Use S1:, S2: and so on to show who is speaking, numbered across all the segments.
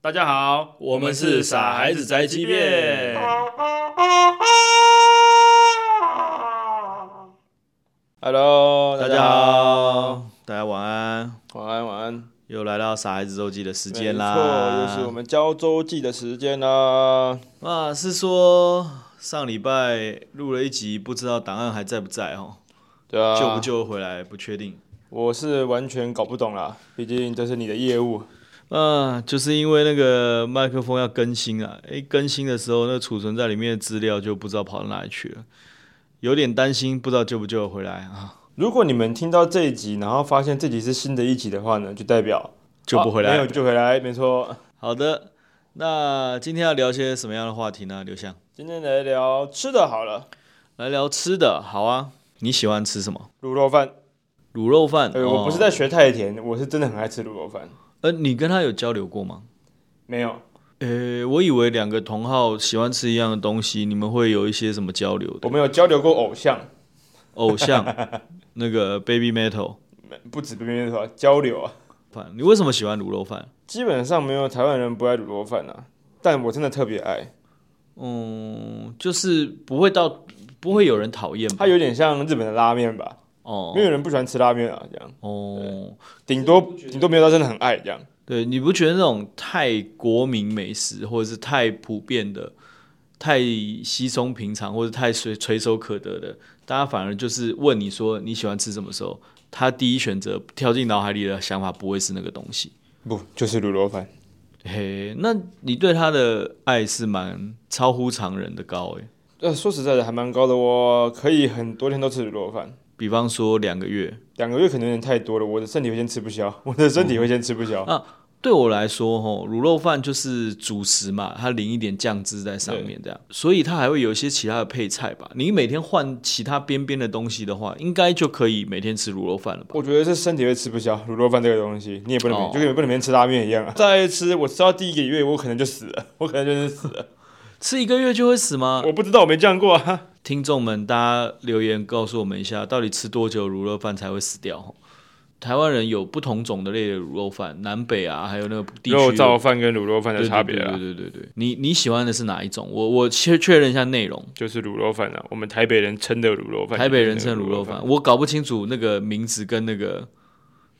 S1: 大家好，
S2: 我们是傻孩子宅急便，Hello，
S1: 大
S2: 大
S1: 家
S2: 家
S1: 好
S2: 好，大家晚安，
S1: 晚安，晚安。
S2: 又来到傻孩子周记的时间
S1: 没错，又是我
S2: 啦。
S1: 们交周记的时间啦。
S2: 啊，是说上礼拜录了一集，不知道档案还在不在哦，
S1: 对啊，
S2: 救不？救回来不确定。
S1: 我是完全搞不懂啦，毕竟这是你的业务。
S2: 啊，就是因为那个麦克风要更新啊，一更新的时候，那储存在里面的资料就不知道跑到哪里去了，有点担心，不知道救不救得回来啊，
S1: 如果你们听到这一集，然后发现这集是新的一集的话呢，就代表
S2: 救不回来。
S1: 啊没有救回来，没错。
S2: 好的，那今天要聊些什么样的话题呢？刘翔，
S1: 今天来聊吃的好了，
S2: 来聊吃的，好啊。你喜欢吃什么？
S1: 卤肉饭。
S2: 卤肉饭？
S1: 呃，我不是
S2: 哦
S1: 在学太甜，我是真的很爱吃卤肉饭。
S2: 呃，你跟他有交流过吗？
S1: 没有，
S2: 呃，我以为两个同好喜欢吃一样的东西，你们会有一些什么交流
S1: 我
S2: 的？
S1: 们有交流过偶像，
S2: 偶像，那个 Baby Metal
S1: 不止边边说交流啊，
S2: 饭，你为什么喜欢卤肉饭？
S1: 基本上没有台湾人不爱卤肉饭啊，但我真的特别爱，
S2: 嗯，就是不会到不会有人讨厌吧
S1: 它？有点像日本的拉面吧，
S2: 哦
S1: 没有人不喜欢吃拉面啊，这样，
S2: 哦，
S1: 顶多顶多没有到真的很爱这样，
S2: 对，你不觉得那种太国民美食，或者是太普遍的、太稀松平常，或者太随垂手可得的，大家反而就是问你说你喜欢吃什么时候，他第一选择跳进脑海里的想法不会是那个东西。
S1: 不就是卤肉饭？
S2: 嘿，那你对他的爱是蛮超乎常人的高欸诶、
S1: 呃，说实在的，还蛮高的，我可以很多天都吃卤肉饭，
S2: 比方说两个月，
S1: 两个月可能有点太多了，我的身体会先吃不消，我的身体会先吃不消，
S2: 对我来说，吼，卤肉饭就是主食嘛，它淋一点酱汁在上面，这样，所以它还会有一些其他的配菜吧。你每天换其他边边的东西的话，应该就可以每天吃卤肉饭了吧？
S1: 我觉得是身体会吃不消卤肉饭这个东西，你也不能每、
S2: 哦
S1: 就跟你不能每天吃拉面一样啊，再吃我吃到第一个月我可能就死了， 我可能就是死了，
S2: 吃一个月就会死吗？
S1: 我不知道我没这样过啊。
S2: 听众们，大家留言告诉我们一下，到底吃多久卤肉饭才会死掉？吼台湾人有不同种的类的卤肉饭，南北啊，还有那个地区
S1: 肉燥饭跟卤肉饭的
S2: 对
S1: 差别啊
S2: 对对
S1: 啦，
S2: 对对对，对你你喜欢的是哪一种？我我确确认一下内容。
S1: 就是卤肉饭啊，我们台北人称的卤肉饭，
S2: 台北人
S1: 就是
S2: 称
S1: 那个
S2: 卤
S1: 肉
S2: 肉饭，，我搞不清楚那个名字跟那个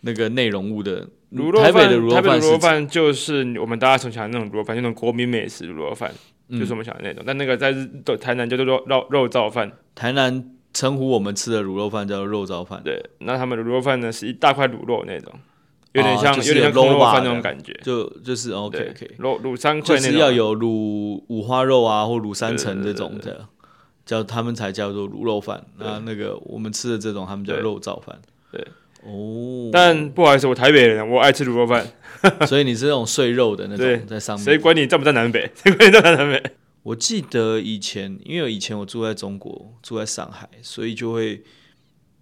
S2: 那个内容物的
S1: 卤肉
S2: 台
S1: 饭，
S2: 北的卤
S1: 台北
S2: 肉饭
S1: 卤
S2: 是
S1: 肉饭就是我们大家从小的那种卤肉饭，就那种国民美食卤肉饭，
S2: 嗯
S1: 就是我们想的那种。但那个在日台南叫做肉肉肉燥饭，
S2: 台南称呼我们吃的卤肉饭叫做肉燥饭，
S1: 对，那他们的卤肉饭呢是一大块卤肉那种，有点
S2: 哦
S1: 像、
S2: 就是
S1: 有点像
S2: 有
S1: 空肉
S2: loba
S1: 饭那
S2: 的
S1: 种感觉。
S2: 就就是
S1: 对
S2: OK OK，
S1: 卤卤三块
S2: 就
S1: 那种，啊
S2: 是要有卤五花肉啊或卤三层
S1: 对对
S2: 这
S1: 对
S2: 种的，叫他们才叫做卤肉饭。那那个我们吃的这种，他们叫
S1: 对
S2: 肉燥饭。
S1: 对，
S2: 哦，
S1: 但不好意思，我台北人，啊我爱吃卤肉饭，
S2: 所以你是那种碎肉的那
S1: 对
S2: 种在上面，
S1: 谁管你站不站南北？谁管你站不站南北？
S2: 我记得以前，因为以前我住在中国，住在上海，所以就会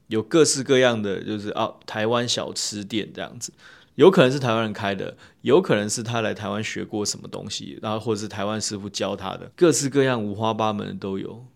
S2: 有各式各样的，就是啊，台湾小吃店这样子，有可能是台湾人开的，有可能是他来台湾学过什么东西，然后或者是台湾师傅教他的，各式各样五花八门的都有。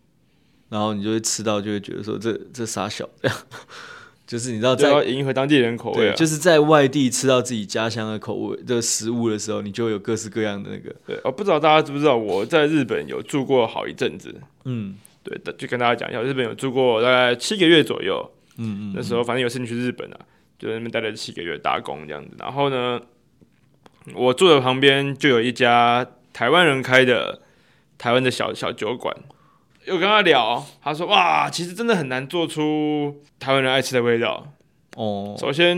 S2: 然后你就会吃到，就会觉得说这这傻小这样， 就是你知道
S1: 就
S2: 啊在
S1: 要迎啊合当地人口味
S2: 对，
S1: 啊。
S2: 就是在外地吃到自己家乡的口味的食物的时候，你就会有各式各样的那个，
S1: 对，哦，不知道大家知不知道，我在日本有住过好一阵子。
S2: 嗯
S1: 对，大就跟大家讲一下，我日本有住过大概七个月左右。
S2: 嗯嗯，
S1: 那时候反正有事情去日本啊，就在那边待了七个月打工这样子。然后呢，我住的旁边就有一家台湾人开的台湾的小小酒馆。有跟他聊，他说：“哇，其实真的很难做出台湾人爱吃的味道。
S2: 哦，
S1: 首先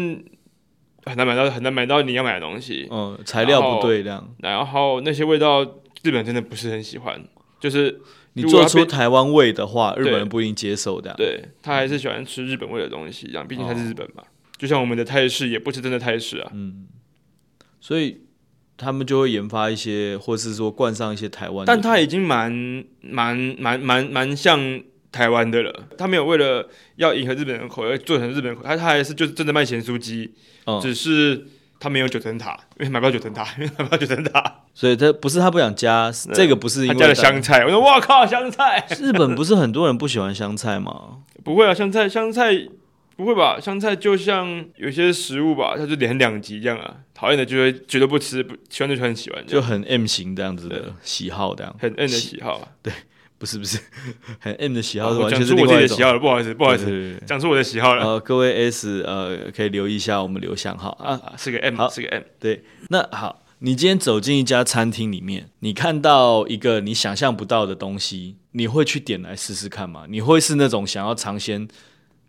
S1: 很难买到，很难买到你要买的东西。
S2: 嗯，材料
S1: 然
S2: 不
S1: 后
S2: 对这样，
S1: 然后那些味道，日本人真的不是很喜欢，就是
S2: 你
S1: 如果
S2: 做
S1: 它
S2: 出
S1: 变
S2: 台湾味的话，日
S1: 对
S2: 本人不一定接受的啊。
S1: 对他还是喜欢吃日本味的东西，这样，毕竟他
S2: 哦
S1: 是日本嘛。就像我们的泰式也不是真的泰式啊，
S2: 嗯所以他们就会研发一些，或是说冠上一些台湾的。
S1: 但他已经蛮蛮蛮蛮蛮像台湾的了。他没有为了要迎合日本人的口味做成日本人口味，他他还是就是真的卖咸酥鸡，
S2: 嗯
S1: 只是他没有九层塔，因为买不到九层塔，因为买不到九层塔，
S2: 所以他不是他不想加，这个不是因
S1: 他
S2: 为
S1: 加了
S2: 他
S1: 香。菜。我说哇靠，香菜
S2: 日本不是很多人不喜欢香菜吗？
S1: 不会啊，香菜香菜不会吧？香菜就像有些食物吧，它就连两极一样啊。讨厌的就会绝对不吃，不喜欢的就很喜欢，就
S2: 就很 M 型这样子的喜好，这样
S1: 很 N 的喜好啊。
S2: 不是不是很 M 的喜好，
S1: 我
S2: 完
S1: 讲
S2: 全是
S1: 出
S2: 另
S1: 我自己
S2: 外一
S1: 的
S2: 种
S1: 喜。好了，不好意思，不好意
S2: 对
S1: 思，
S2: 对对对
S1: 讲出我的喜好了。
S2: 呃，各位 S 呃，可以留意一下我们刘向浩啊。
S1: 啊，是个 M，
S2: 好
S1: 是个 M。
S2: 对，那好，你今天走进一家餐厅里面，你看到一个你想象不到的东西，你会去点来试试看吗？你会是那种想要尝鲜，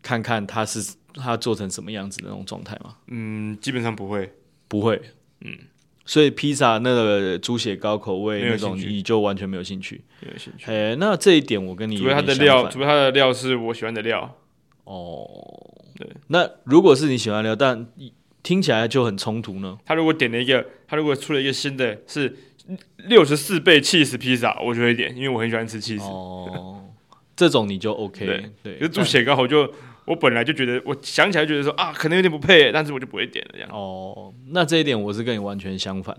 S2: 看看它是它做成什么样子的那种状态吗？
S1: 嗯，基本上不会。
S2: 不会，嗯。所以披萨那个猪血糕口味
S1: 没有
S2: 那种，
S1: 兴趣
S2: 你就完全没有兴趣。
S1: 没有兴趣。
S2: 哎、那这一点我跟你
S1: 除非它
S2: 有
S1: 的
S2: 点相
S1: 料，
S2: 反
S1: 除非它的料是我喜欢的料，
S2: 哦，
S1: 对。
S2: 那如果是你喜欢的料，但听起来就很冲突 呢。
S1: 他如果点了一个，他如果出了一个新的是六十四倍 cheese 披萨，我就会点，因为我很喜欢吃 cheese。
S2: 哦，这种你就 OK，
S1: 对
S2: 对，
S1: 可是猪血糕，我就我本来就觉得，我想起来觉得说啊，可能有点不配，但是我就不会点了这样。
S2: 哦，那这一点我是跟你完全相反，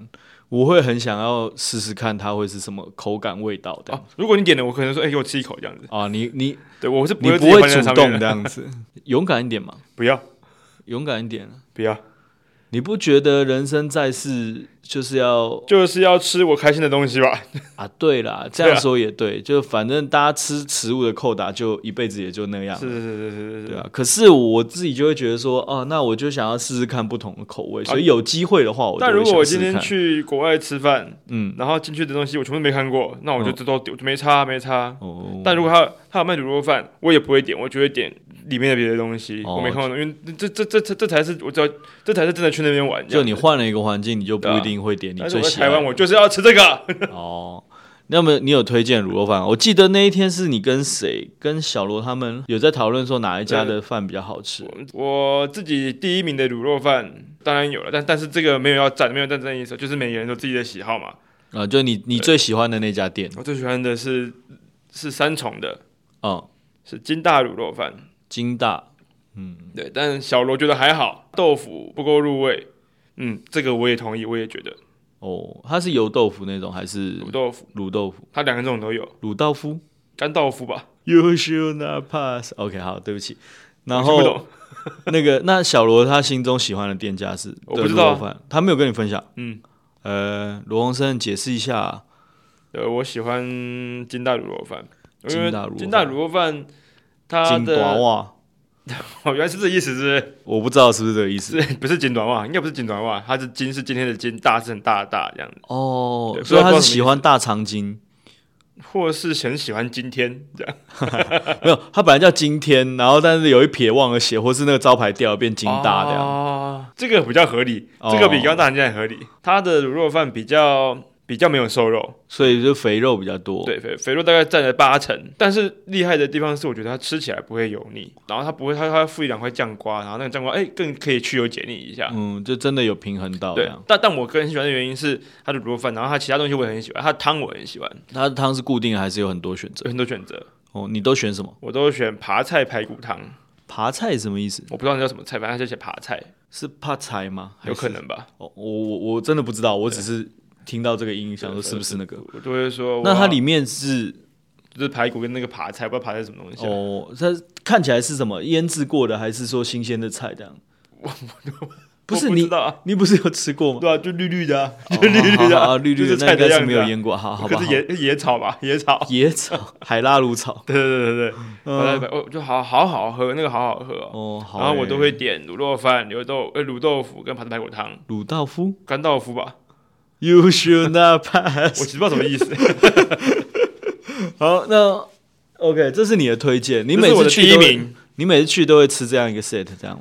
S2: 我会很想要试试看它会是什么口感、味道的。
S1: 哦，如果你点了，我可能说，哎、给我吃一口这样子。
S2: 啊， 你你
S1: 对我是
S2: 你
S1: 会
S2: 不
S1: 自己
S2: 会
S1: 换在
S2: 主
S1: 上面
S2: 动这
S1: 的，
S2: 样子，勇敢一点嘛，
S1: 不要
S2: 勇敢一点。啊
S1: 不要，
S2: 你不觉得人生在世就是要
S1: 就是要吃我开心的东西吧。
S2: 啊？对啦，这样说也对，就反正大家吃食物的扣打，就一辈子也就那样。
S1: 是是是是是是
S2: 对啊，可是我自己就会觉得说，哦、那我就想要试试看不同的口味，所以有机会的话我就
S1: 啊但
S2: 会
S1: 如果
S2: 想
S1: 我
S2: 试试
S1: 今天
S2: 看
S1: 去国外吃饭，
S2: 嗯，
S1: 然后进去的东西我全部都没看过，那我就这都丢，就没差没差。
S2: 哦，
S1: 但如果他他有卖卤肉饭，我也不会点，我就会点里面的别的东西，
S2: 哦
S1: 我没看过的，因为这这这这这才是我知道，这才是真的去那边玩。
S2: 就你换了一个环境，你就不
S1: 对啊
S2: 一定会点你
S1: 但是
S2: 最
S1: 我在
S2: 喜欢
S1: 台湾，我就是要吃这个。
S2: 哦。那么你有推荐卤肉饭？我记得那一天是你跟谁、跟小罗他们有在讨论说哪一家的饭比较好吃。
S1: 我自己第一名的卤肉饭当然有了，但但是这个没有要赞，没有赞争意思，就是每个人都自己的喜好嘛。
S2: 啊，就你你最喜欢的那家店，
S1: 我最喜欢的是是三重的，
S2: 嗯，
S1: 是金大卤肉饭。
S2: 金大
S1: 对，但小罗觉得还好，豆腐不够入味。嗯，这个我也同意，我也觉得
S2: 哦，它是油豆腐那种还是
S1: 卤豆腐，
S2: 卤豆腐？
S1: 它两个这种都有，
S2: 卤豆腐
S1: 干豆腐吧。
S2: ？You should not pass。OK，好，对不起。然
S1: 我听
S2: 后
S1: 不懂，
S2: 那个，那小罗他心中喜欢的店家是
S1: 我不知道啊
S2: 的卤肉饭，他没有跟你分享。
S1: 嗯，
S2: 呃，罗洪生解释一下啊、
S1: 呃，我喜欢金大卤肉饭，因为
S2: 金大卤肉饭
S1: 金大卤肉饭它
S2: 金爪
S1: 的
S2: 哇，
S1: 哦，原来是这意思，是
S2: 我不知道是不是这个意
S1: 不
S2: 思
S1: 是？是 不是金短袜？应该不是金短袜，它是金是今天的金，大是很大的大这样子，
S2: 哦
S1: 对，不
S2: 所以
S1: 知道
S2: 他
S1: 不知道什么意
S2: 是
S1: 思
S2: 喜欢大长今，
S1: 或是很喜欢今天这样。
S2: 没有，他本来叫今天，然后但是有一撇忘了写，或是那个招牌掉了变金大这样。
S1: 哦，这个比较合理，这个比
S2: 哦
S1: 刚大人家合理。它的卤肉饭比较比较没有瘦肉，
S2: 所以就肥肉比较多。，
S1: 对，肥肥肉大概占了八成，但是厉害的地方是，我觉得它吃起来不会油腻，然后它不会，它它附一两块酱瓜，然后那个酱瓜哎、更可以去油解腻一下。
S2: 嗯，就真的有平衡到这
S1: 对
S2: 样。，
S1: 但但我个人喜欢的原因是它的卤肉饭，然后它其他东西我也很喜欢，它的汤我很喜欢，
S2: 他的汤是固定的还是有很多选择
S1: 有？很多选择，
S2: 哦，你都选什么？
S1: 我都选爬菜排骨汤，
S2: 扒菜什么意思？
S1: 我不知道那叫什么菜，反正它就写爬菜，
S2: 是怕菜吗？
S1: 有可
S2: 还是。
S1: 能吧，
S2: 哦，我我我真的不知道，我只是听到这个音，想说
S1: 对
S2: 是不是那个？
S1: 我就会说我
S2: 那它
S1: 要
S2: 里面是
S1: 就是排骨跟那个爬菜，不知道爬菜是什么东西啊、
S2: 哦，它看起来是什么腌制过的，还是说新鲜的菜这样？不
S1: 我
S2: 是
S1: 不
S2: 你
S1: 知道啊，
S2: 你不是有吃过吗？
S1: 对啊，就绿绿的、啊， 就 绿绿的、
S2: 哦好好好绿
S1: 就
S2: 绿
S1: 是
S2: 的，那
S1: 菜
S2: 应该
S1: 的样
S2: 是
S1: 子、啊，
S2: 没有腌过，好好吧
S1: 可是？野野草吧， 野草。
S2: 好野草、海拉鲁草，
S1: 对对对对对，
S2: 嗯，
S1: 我我就好好好喝，那个好好喝、哦。
S2: 哦，好欸。
S1: 然后我都会点卤肉饭、牛豆呃卤豆腐跟盘子排骨汤、
S2: 鲁道夫
S1: 干豆腐 吧。
S2: ，You should not
S1: 我
S2: pass。
S1: 其实不知道什么意思。
S2: 好，那 OK，这是你的推荐，你
S1: 这
S2: 每
S1: 是我
S2: 次
S1: 的
S2: 去
S1: 第一
S2: 都会，
S1: 名，
S2: 你每次去都会吃这样一个 set 这样。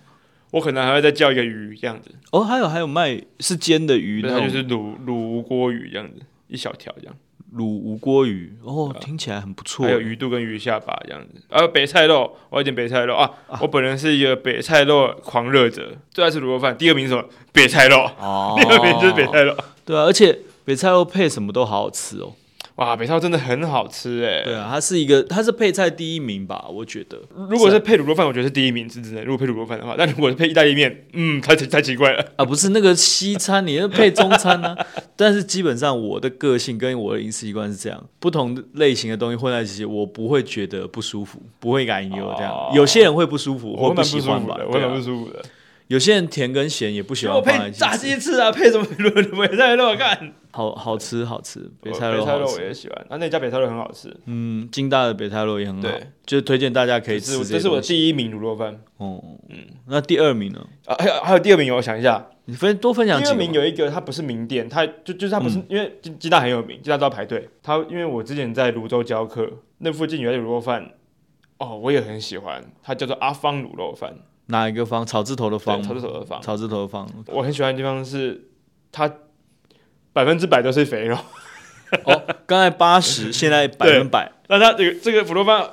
S1: 我可能还会再叫一个鱼这样子，
S2: 哦，还有还有卖是煎的鱼，
S1: 对，
S2: 那
S1: 它
S2: 种
S1: 就是卤卤无锅鱼这样子，一小条这样，
S2: 卤无锅鱼，哦，听起来很不错
S1: 啊还。有鱼肚跟鱼下巴这样子。还有北菜肉，我要点北菜肉啊！我本人是一个北菜肉狂热者，最爱吃卤肉饭。第二名是什么？ 北菜肉，
S2: 哦
S1: 第二名就是北菜肉。
S2: 对啊，而且北菜肉配什么都好好吃哦。
S1: 哇，北超真的很好吃哎、
S2: 对啊，它是一个，它是配菜第一名吧？我觉得，
S1: 如果是配卤肉饭，我觉得是第一名是真的。如果配卤肉饭的话，但如果是配意大利面，嗯，太太奇怪了。
S2: 啊，不是那个西餐，你要配中餐呢、但是基本上我的个性跟我的饮食习惯是这样，不同类型的东西混在一起，我不会觉得不舒服，不会感觉有这样。
S1: 哦
S2: 有些人会不舒服
S1: 我
S2: 或
S1: 蛮不舒
S2: 喜欢
S1: 服
S2: 吧
S1: 的，，我
S2: 对
S1: 蛮
S2: 啊
S1: 不舒服的。
S2: 有些人甜跟咸也不
S1: 给
S2: 喜欢
S1: 我
S2: 放在
S1: 配
S2: 一起
S1: 炸
S2: 吃
S1: 鸡翅啊，配什么卤卤北菜肉啊干？
S2: 好好吃好吃，北
S1: 我
S2: 菜肉好
S1: 我
S2: 吃。
S1: 也喜欢，啊，那家北菜肉很好吃，
S2: 嗯，金大的北菜肉也很好
S1: 对，
S2: 就推荐大家可以
S1: 这
S2: 吃
S1: 是我
S2: 些
S1: 这是我
S2: 东西
S1: 第一名卤肉饭
S2: 哦，嗯，那第二名呢？
S1: 啊，还有还有第二名，我想一下，
S2: 你分多分享
S1: 第
S2: 几
S1: 二
S2: 个嗯
S1: 名
S2: 吧。
S1: 有一个它不是名店，它就就是它不是、因为鸡鸡蛋很有名，鸡蛋都要排队。它因为我之前在泸州教课，那附近有一家卤肉饭，哦，我也很喜欢，它叫做阿芳卤肉饭，
S2: 哪一个方？草字头的
S1: 对
S2: 方吗
S1: 草字头的方
S2: 草字头的方。
S1: 我很喜欢的地方是它百分之百都是肥肉，
S2: 哦，刚才八 十，现在百分百。
S1: 但它这个这个卤肉饭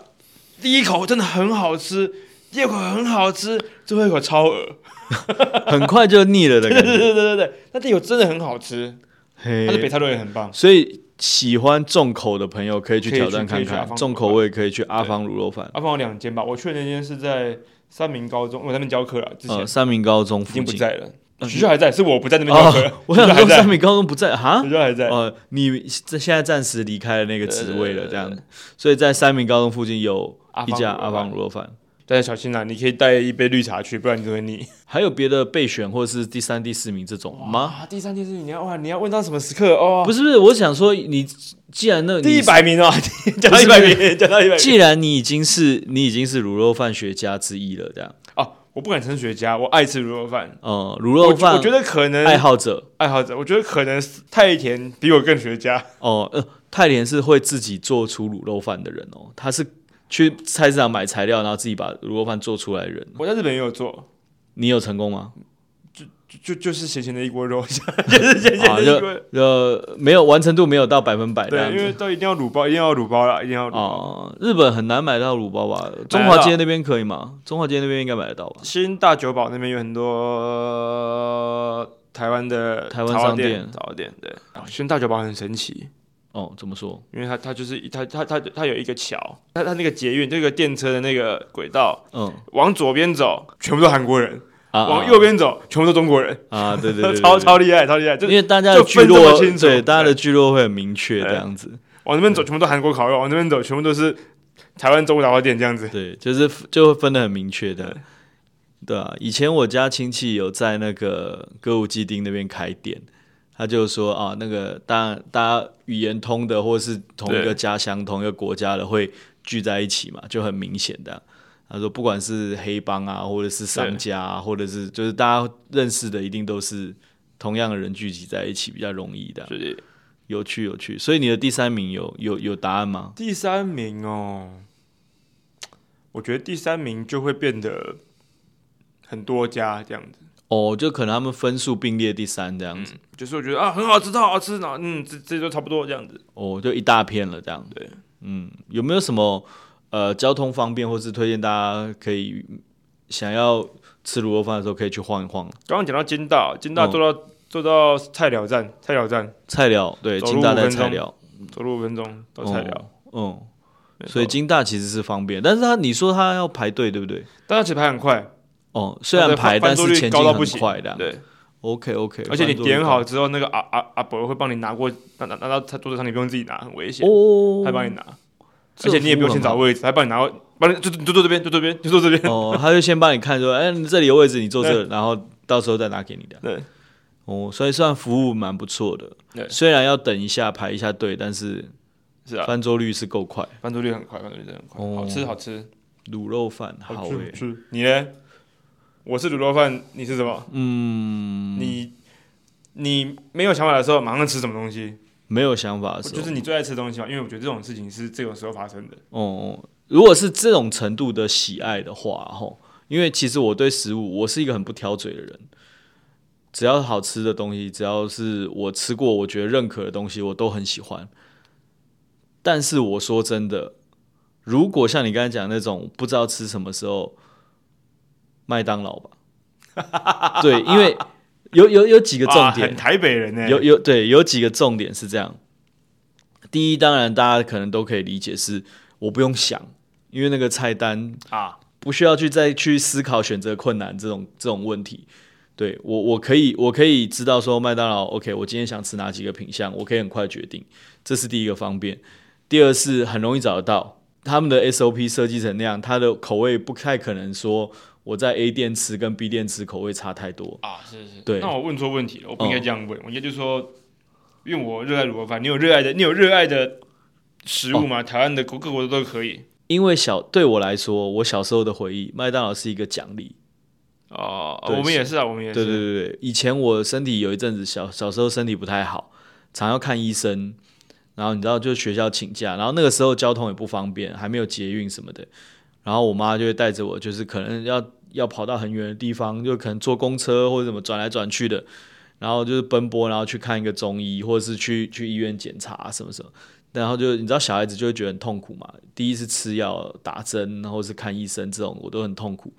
S1: 第一口真的很好吃，第二口很好吃，最后一口超恶，
S2: 很快就腻了的
S1: 对
S2: 感
S1: 对
S2: 觉。
S1: 对对对对，那第一口真的很好吃，它的北
S2: 嘿，
S1: 菜肉也很棒。
S2: 所以喜欢重口的朋友可以去
S1: 可以
S2: 挑
S1: 去
S2: 战
S1: 可
S2: 看
S1: 以去阿
S2: 看，
S1: 芳
S2: 重
S1: 卤肉
S2: 口
S1: 饭
S2: 味可以去阿芳卤肉饭，
S1: 阿芳有啊两间吧，我去的那间是在三明高中，我在那边教课了，之前、
S2: 呃，三明高中
S1: 已
S2: 附
S1: 经不
S2: 近。
S1: 在了，学校还在，是我不在那边教课，
S2: 哦，我想
S1: 学校还
S2: 说
S1: 在
S2: 三，明高中不在哈
S1: 学。校还在，
S2: 呃，你这现在暂时离开了那个职位
S1: 对对对
S2: 了，
S1: 对
S2: 这样，所以在三明高中附近有
S1: 阿
S2: 一
S1: 芳卤
S2: 家
S1: 肉
S2: 阿
S1: 饭
S2: 芳卤肉饭，
S1: 大家小心啦，你可以带一杯绿茶去，不然你就会腻。
S2: 还有别的备选或者是第三、第四名这种吗？
S1: 啊，第三件事你要哇，你要问到什么时刻哦？
S2: 不是不是，我想说你既然那
S1: 第
S2: 你
S1: 一百名哦， 讲到一百名，讲到一百名
S2: 既然你已经是你已经是卤肉饭学家之一了，这样，
S1: 哦，我不敢称学家，我爱吃卤肉饭。
S2: 呃，卤肉
S1: 我
S2: 饭
S1: 我觉得可能
S2: 爱好者
S1: 爱好者，我觉得可能太甜比我更学家。
S2: 哦，呃，泰莲是会自己做出卤肉饭的人哦，他是去菜市场买材料，然后自己把卤肉饭做出来的人。
S1: 我在日本也有做，
S2: 你有成功吗？
S1: 就就就是咸咸的一锅肉， 就是咸咸
S2: 啊，
S1: 的一锅。
S2: 就呃没有完成度没有到百分百这
S1: 对，
S2: 样
S1: 因
S2: 子
S1: 为。都一定要卤包，一定要卤包啦，一定要卤包。
S2: 哦，日本很难买到卤包吧？中
S1: 买
S2: 华
S1: 得到
S2: 街那边可以吗？中华街那边应该买得到吧？
S1: 新大久保那边有很多、呃台湾的
S2: 台湾
S1: 早
S2: 商
S1: 店
S2: 店，
S1: 早店对。新大久保很神奇，
S2: 哦，怎么说？
S1: 因为它它就是一它它它它有一个桥，它它那个捷运这个电车的那个轨道，
S2: 嗯
S1: 往左边走全部都韩国人，
S2: 啊，啊
S1: 往右边走全部都中国人，
S2: 啊，对对对，对
S1: 超，超厉害，超厉害！就
S2: 对因
S1: 是
S2: 为大家的
S1: 就
S2: 聚
S1: 分这么
S2: 落
S1: 清楚
S2: 对大家
S1: 对
S2: 的聚落会很明确这
S1: 对
S2: 样子。
S1: 往那边走全部都韩国烤肉，往那边走全部都是台湾中国早店这样子。
S2: 对，就是就会分得很明确的。对啊，以前我家亲戚有在那个歌舞伎町那边开店，他就说啊，那个大大家语言通的，或是同一个
S1: 对
S2: 家乡、同一个国家的，会聚在一起嘛，就很明显的啊。他说，不管是黑帮啊，或者是商
S1: 对
S2: 家啊，或者是就是大家认识的，一定都是同样的人聚集在一起，比较容易的啊。
S1: 就是
S2: 有趣，有趣。所以你的第三名有有有答案吗？
S1: 第三名哦，我觉得第三名就会变得很多家这样子。
S2: 哦，就可能他们分数并列第三这样子。
S1: 就是我觉得啊，很好吃，超好吃，然后嗯，这这就差不多这样子。
S2: 哦，就一大片了这样。
S1: 对，
S2: 嗯，有没有什么呃交通方便，或是推荐大家可以想要吃卤肉饭的时候可以去晃一晃？
S1: 刚刚讲到金大，金大
S2: 嗯
S1: 坐到、坐到菜鸟站，菜鸟站
S2: 菜寮对，
S1: 走路
S2: 金大在
S1: 五分钟
S2: 菜寮，
S1: 走路五分钟到菜鸟。
S2: 嗯哦，
S1: 没
S2: 嗯，
S1: 错
S2: 所以金大其实是方便，但是他你说他要排队对不对？
S1: 但它其实排很快，
S2: 哦，虽然排，
S1: 它的翻翻
S2: 但
S1: 桌
S2: 是
S1: 率
S2: 前
S1: 高
S2: 进
S1: 到不
S2: 很
S1: 行
S2: 快的。
S1: 对，
S2: OK OK，
S1: 而且你点好之后，那个阿阿阿伯会帮你拿过拿拿拿到他桌子上，你不用自己拿，很危险，
S2: 哦，
S1: 他帮你拿，
S2: 这
S1: 而且你也不用
S2: 服务
S1: 先
S2: 很好
S1: 找位置，他帮你拿过，帮你就就就坐这边，就坐这边，就坐这边。
S2: 哦，他就先帮你看说，哎，你这里有位置，你坐这，然后到时候再拿给你的。
S1: 对，
S2: 哦，所以算服务蛮不错的。
S1: 对
S2: 虽然要等一下排一下队，但是
S1: 是啊，
S2: 翻桌率是够快。
S1: 翻桌率很快，翻桌率真的很快，
S2: 哦
S1: 好吃好吃
S2: 卤肉饭好欸
S1: 吃
S2: 诶、
S1: 吃。你呢？我是卤肉饭，你是什么？
S2: 嗯，
S1: 你你没有想法的时候，马上吃什么东西？
S2: 没有想法的时候，
S1: 就是你最爱吃的东西嘛，因为我觉得这种事情是这种时候发生的。
S2: 哦、如果是这种程度的喜爱的话，吼，因为其实我对食物，我是一个很不挑嘴的人，只要好吃的东西，只要是我吃过我觉得认可的东西，我都很喜欢。但是我说真的，如果像你刚才讲那种不知道吃什么时候，麦当劳吧，对，因为有有有几
S1: 一
S2: 个重点，
S1: 很台北人呢、
S2: 有有对，有几个重点是这样。第一，当然大家可能都可以理解是，我不用想，因为那个菜单
S1: 啊，
S2: 不需要去再去思考选择困难这种这种问题。对我，我可以，我可以知道说麦当劳，OK，我今天想吃哪几个品相，我可以很快决定，这是第一个方便。第二是很容易找得到，他们的 SOP 设计成那样，它的口味不太可能说我在 A 店吃跟 B 店吃口味差太多。
S1: 啊，是是。
S2: 对
S1: 那我问错问题了，我不应该这样问，我应该就说，因为我热爱卤肉饭，你有热爱的，你有热爱的食物吗？
S2: 哦
S1: 台湾的各各国都可以。
S2: 因为小对我来说，我小时候的回忆，麦当劳是一个奖励。
S1: 哦，
S2: 对
S1: 我们也是啊，我们也是。
S2: 对对对对，以前我身体有一阵子小小时候身体不太好，常要看医生，然后你知道就学校请假，然后那个时候交通也不方便，还没有捷运什么的，然后我妈就会带着我，就是可能要要跑到很远的地方，就可能坐公车或者怎么转来转去的，然后就是奔波，然后去看一个中医，或者是去去医院检查什么什么。然后就你知道小孩子就会觉得很痛苦嘛，第一是吃药、打针，然后是看医生这种，我都很痛苦。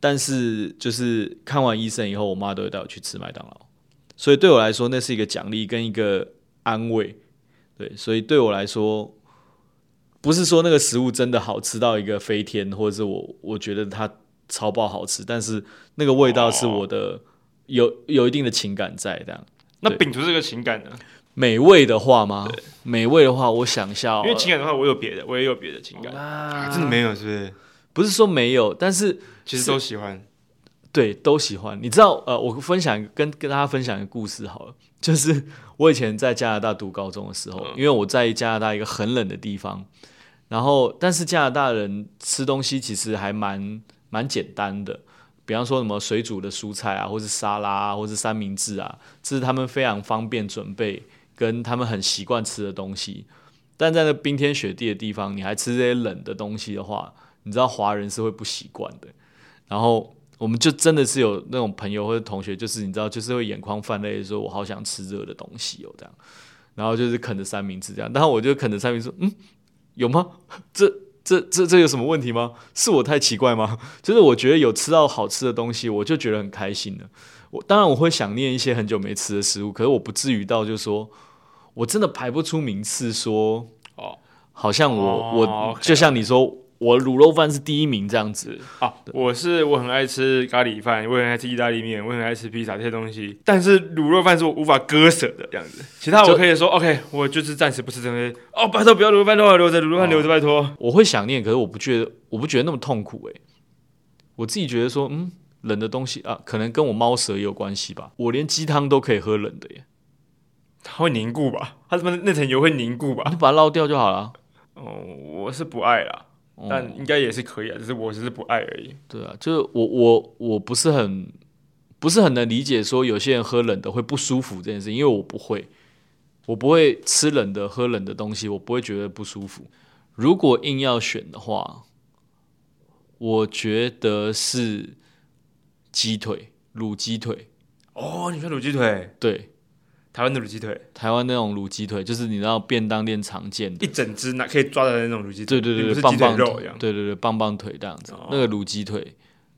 S2: 但是就是看完医生以后，我妈都会带我去吃麦当劳，所以对我来说那是一个奖励跟一个安慰。对，所以对我来说，不是说那个食物真的好吃到一个飞天，或者是我我觉得它超爆好吃，但是那个味道是我的、有有一定的情感在这样。
S1: 那
S2: 对
S1: 摒除这个情感呢？
S2: 美味的话吗？美味的话，我想一下、哦，
S1: 因为情感的话，我有别的，我也有别的情感，
S2: 啊，
S1: 真的没有，是不是？
S2: 不是说没有，但是
S1: 其实都喜欢。
S2: 对，都喜欢。你知道，呃，我分享一个跟跟大家分享一个故事好了， 就是我以前在加拿大读高中的时候，因为我在加拿大一个很冷的地方，然后但是加拿大人吃东西其实还蛮蛮简单的，比方说什么水煮的蔬菜啊，或是沙拉啊，或是三明治啊，这是他们非常方便准备跟他们很习惯吃的东西。但在那冰天雪地的地方，你还吃这些冷的东西的话，你知道华人是会不习惯的。然后我们就真的是有那种朋友或者同学，就是你知道，就是会眼眶泛泪，说我好想吃热的东西哦，这样。然后就是啃着三明治这样，然后我就啃着三明治说，嗯，有吗？这这这这有什么问题吗？是我太奇怪吗？就是我觉得有吃到好吃的东西，我就觉得很开心了。我当然我会想念一些很久没吃的食物，可是我不至于到就说我真的排不出名次说，
S1: 哦，
S2: 好像我、
S1: 哦
S2: 我
S1: ，OK
S2: 就像你说，我卤肉饭是第一名这样子。
S1: 啊，我是我很爱吃咖喱饭，我很爱吃意大利面，我很爱吃披萨这些东西，但是卤肉饭是我无法割舍的这样子。其他我
S2: 就
S1: 可以说 OK，我就是暂时不吃这些。哦，拜托不要卤肉饭，留着卤肉饭留着，拜托。
S2: 我会想念，可是我不觉得，我不觉得那么痛苦诶、欸我自己觉得说，嗯，冷的东西啊，可能跟我猫舌也有关系吧。我连鸡汤都可以喝冷的耶，
S1: 它会凝固吧？它什么那层油会凝固吧
S2: 啊你？就把它捞掉就好了。
S1: 哦，我是不爱啦，
S2: 哦
S1: 但应该也是可以啊，只是我只是不爱而已。
S2: 对啊，就是我我我不是很不是很能理解说有些人喝冷的会不舒服这件事，因为我不会，我不会吃冷的喝冷的东西，我不会觉得不舒服。如果硬要选的话，我觉得是鸡腿，卤鸡腿，
S1: 哦，你说卤鸡腿，
S2: 对。
S1: 台湾的卤鸡腿，
S2: 台湾那种卤鸡腿，就是你知道便当店常见的，
S1: 一整只拿可以抓的那种卤鸡腿，
S2: 对对
S1: 并不
S2: 对对，
S1: 是
S2: 棒
S1: 鸡腿
S2: 棒
S1: 肉一
S2: 腿
S1: 样，。
S2: 对对对，棒棒腿这样子，
S1: 哦
S2: 那个卤鸡腿，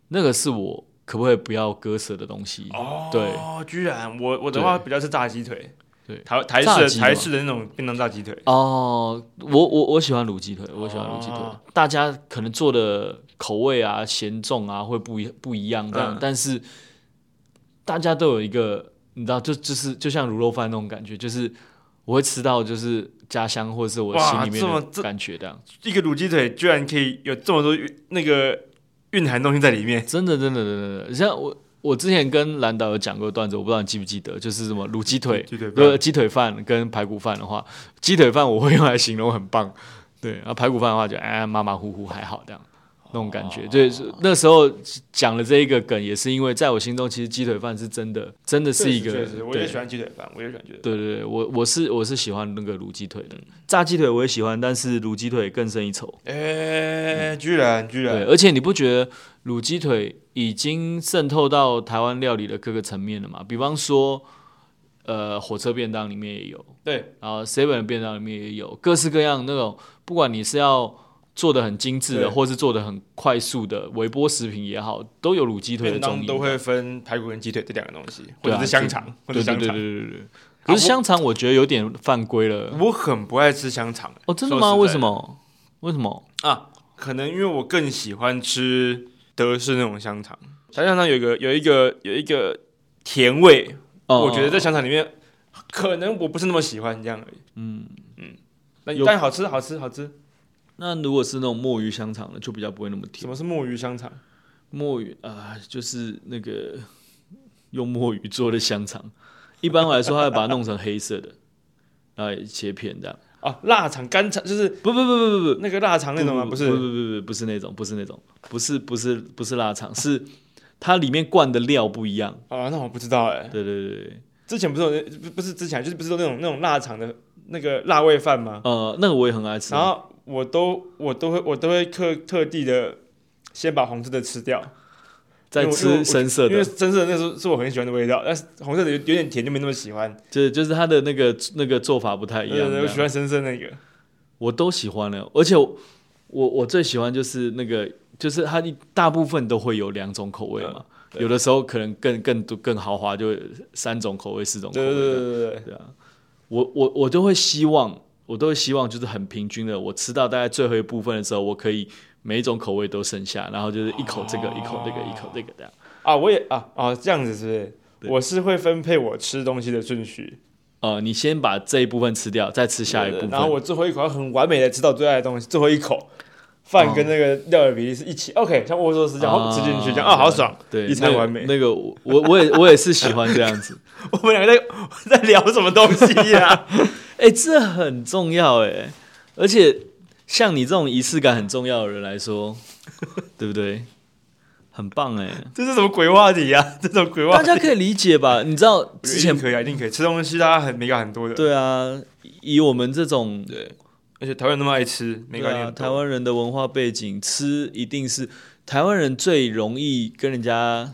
S2: 那个是我可不可以不要割舍的东西？
S1: 哦，
S2: 对，
S1: 居然我我的话比较是炸鸡腿，
S2: 对
S1: 台台式
S2: 炸
S1: 的
S2: 鸡
S1: 台
S2: 吗
S1: 式的那种便当炸鸡腿，
S2: 哦，我我我喜欢卤鸡腿，我喜欢卤鸡腿。
S1: 哦
S2: 大家可能做的口味啊、咸重啊会不一不一样，这样，
S1: 嗯
S2: 但是大家都有一个，你知道，就就是就像卤肉饭那种感觉，就是我会吃到就是家乡或者是我
S1: 哇
S2: 心里面
S1: 这么
S2: 的
S1: 这
S2: 感觉，这样，
S1: 一个卤鸡腿居然可以有这么多蕴那个蕴含东西在里面，
S2: 真的真的真的真的，像我。我之前跟兰导有讲过段子，我不知道你记不记得，就是什么卤鸡腿，
S1: 鸡腿
S2: 如果
S1: 饭
S2: 鸡腿饭跟排骨饭的话，鸡腿饭我会用来形容很棒，对，然后排骨饭的话就哎马马虎虎还好这样，那种感觉。对，是那时候讲了这一个梗，也是因为在我心中，其实鸡腿饭是真的，真的是一个
S1: 确实确实我也
S2: 对
S1: 喜欢鸡腿饭，我也喜欢鸡腿饭。
S2: 对对对，我我是我是喜欢那个卤鸡腿的，嗯炸鸡腿我也喜欢，但是卤鸡腿更胜一筹。
S1: 哎，居然居
S2: 对，
S1: 然，
S2: 而且你不觉得卤鸡腿已经渗透到台湾料理的各个层面了吗？比方说，呃，火车便当里面也有，
S1: 对，
S2: 然后 Seven 的便当里面也有各式各样那种，不管你是要做的很精致
S1: 对
S2: 的，或是做的很快速的微波食品也好，都有卤鸡腿的
S1: 便
S2: 踪
S1: 当
S2: 影。
S1: 都会分排骨跟鸡腿这两个东西，或
S2: 对啊
S1: 者是香肠，或
S2: 对
S1: 者
S2: 对
S1: 香
S2: 对对
S1: 肠。
S2: 对对对，可
S1: 啊
S2: 是香肠我觉得有点犯规了。
S1: 我很不爱吃香肠、
S2: 哦，真的
S1: 说
S2: 吗？
S1: 实在
S2: 为什么？为什么？
S1: 啊？可能因为我更喜欢吃德式那种香肠，小香肠有一个有一个有一个甜味，
S2: 哦，
S1: 我觉得在香肠里面，可能我不是那么喜欢这样而已。
S2: 嗯，
S1: 那
S2: 有
S1: 但好吃，好吃，好吃。
S2: 那如果是那种墨鱼香肠的，就比较不会那么
S1: 什
S2: 甜。
S1: 么是墨鱼香肠？
S2: 墨鱼啊、就是那个 用墨鱼做的香肠，一般来说，它会把它弄成黑色的， 然后也切片这样。
S1: 哦，腊肠、干肠，就是
S2: 不不不不不不，
S1: 那个腊肠那种吗？
S2: 不
S1: 是
S2: 不，不不不是那种，不是那种，不是不是不是腊肠，是它里面灌的料不一样。
S1: 啊，那我不知道哎。
S2: 对对对对，
S1: 之前不是有那不不是之前，就是不是有那种那种腊肠的那个辣味饭吗？
S2: 呃，那个我也很爱吃。
S1: 然后我都我都会我都会特特地的先把红色的吃掉，
S2: 再吃深色
S1: 因为
S2: 的，
S1: 深色的那时候是我很喜欢的味道，但是红色的有有点甜，就没那么喜欢。
S2: 就是就是它的那个那个做法不太一样
S1: 对对对
S2: 这
S1: 我
S2: 样。
S1: 喜欢深色那个。
S2: 我都喜欢了，而且我我我最喜欢就是那个，就是它一大部分都会有两种口味嘛，
S1: 对
S2: 有的时候可能更更多更豪华，就三种口味、四种口
S1: 对
S2: 味
S1: 对对
S2: 的。
S1: 对对，
S2: 对啊，我我我都会希望，我都会希望就是很平均的，我吃到大概最后一部分的时候，我可以每一种口味都剩下，然后就是一口这个，一口这个，一口这个这样。
S1: 啊，我也啊啊这样子是不是？
S2: 对
S1: 我是会分配我吃东西的顺序，
S2: 呃，你先把这一部分吃掉，再吃下一部
S1: 对对
S2: 分。
S1: 然后我最后一口要很完美的吃到最爱的东西，最后一口饭跟那个料的比例是一起。OK，像握寿司这样，
S2: 啊
S1: 哦吃进去这样嗯啊，好爽。
S2: 对，
S1: 一餐
S2: 那
S1: 完美
S2: 那个我我我也我也是喜欢这样子。
S1: 我们两个在在聊什么东西 呀？
S2: 哎、这很重要哎，而且像你这种仪式感很重要的人来说，对不对？很棒哎，
S1: 这是什么鬼话题呀？这种鬼话
S2: 大
S1: 题。
S2: 家可以理解吧？你知道之
S1: 一
S2: 前
S1: 定可以啊，一定可以吃东西，大家很美感很多的。
S2: 对啊，以我们这种
S1: 对，而且台湾人那么爱吃，美
S2: 对
S1: 感也
S2: 啊，
S1: 很
S2: 台
S1: 多。
S2: 湾人的文化背景，吃一定是台湾人最容易跟人家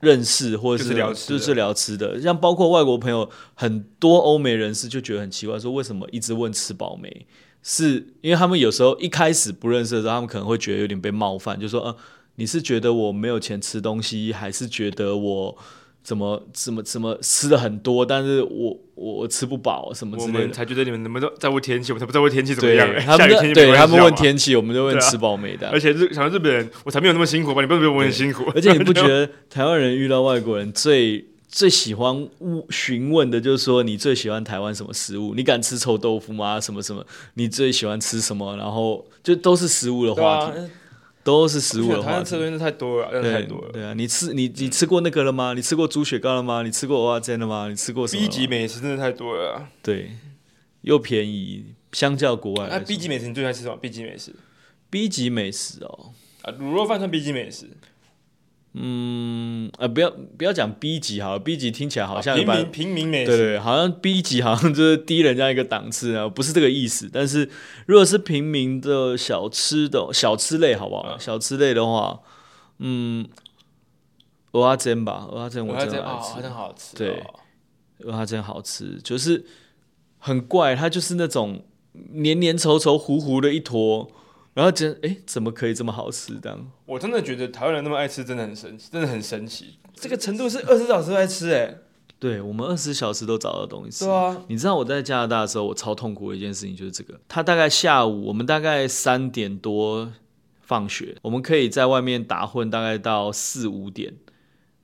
S2: 认识，或者
S1: 就是聊吃的
S2: 就是聊吃的。像包括外国朋友，很多欧美人士就觉得很奇怪，说为什么一直问吃饱没？是因为他们有时候一开始不认识的时候，他们可能会觉得有点被冒犯，就说呃，你是觉得我没有钱吃东西，还是觉得我？怎么怎么怎么吃的很多，但是我我我吃不饱什么之
S1: 我
S2: 类的。
S1: 们才觉得你们怎么都在乎天气，我才不在乎天气怎么
S2: 对，
S1: 样。
S2: 他
S1: 下
S2: 们
S1: 雨
S2: 就
S1: 天就没
S2: 对
S1: 关系
S2: 他们
S1: 好
S2: 问
S1: 吗，
S2: 天气，我们就问
S1: 对啊
S2: 吃饱没 的。
S1: 而且日想到日本人，我才没有那么辛苦吧？你不能觉得我很辛苦。
S2: 而且你不 觉得台湾人遇到外国人最最喜欢问询问的，就是说你最喜欢台湾什么食物？你敢吃臭豆腐吗？什么什么？你最喜欢吃什么？然后就都是食物的
S1: 对
S2: 话
S1: 啊
S2: 题，，都是食
S1: 我
S2: 物
S1: 觉
S2: 的
S1: 得台
S2: 话
S1: 湾吃
S2: 题
S1: 的。东西太多了，真的太
S2: 对
S1: 多了。
S2: 对啊，你吃你你吃过那个了吗？你吃过猪血糕了吗？你吃过蚵仔煎了吗？你吃过什么
S1: B
S2: 了吗？
S1: 级美食真的太多了啊。
S2: 对，又便宜，相较国外
S1: 那
S2: 来
S1: 啊 B
S2: 说
S1: 级美食你最喜欢吃什么？B 级美食
S2: B 级美食哦，
S1: 啊，卤肉饭算 B 级美食，
S2: 嗯，呃，不要不要讲 B 级好了，B 级听起来好像
S1: 啊
S2: 一
S1: 平
S2: 般，
S1: 民平民美
S2: 对对
S1: 食。
S2: 对，好像 B 级好像就是低人家一个档次啊，不是这个意思。但是如果是平民的小吃的小吃类，好不
S1: 啊
S2: 好？小吃类的话，嗯，蚵仔煎吧，蚵仔煎我
S1: 还
S2: 真
S1: 真
S2: 的爱
S1: 啊，
S2: 吃
S1: 好，像好吃。
S2: 对，蚵仔煎好吃，就是很怪，它就是那种黏黏稠稠、糊糊的一坨，然后觉得哎，怎么可以这么好吃？这样
S1: 我真的觉得台湾人那么爱吃，真的很神奇，真的很神奇。这个程度是二十小时都在吃，哎，
S2: 对我们二十小时都找到东西吃
S1: 对啊，
S2: 你知道我在加拿大的时候，我超痛苦的一件事情就是这个。他大概下午，我们大概三点多放学，我们可以在外面打混，大概到四五点，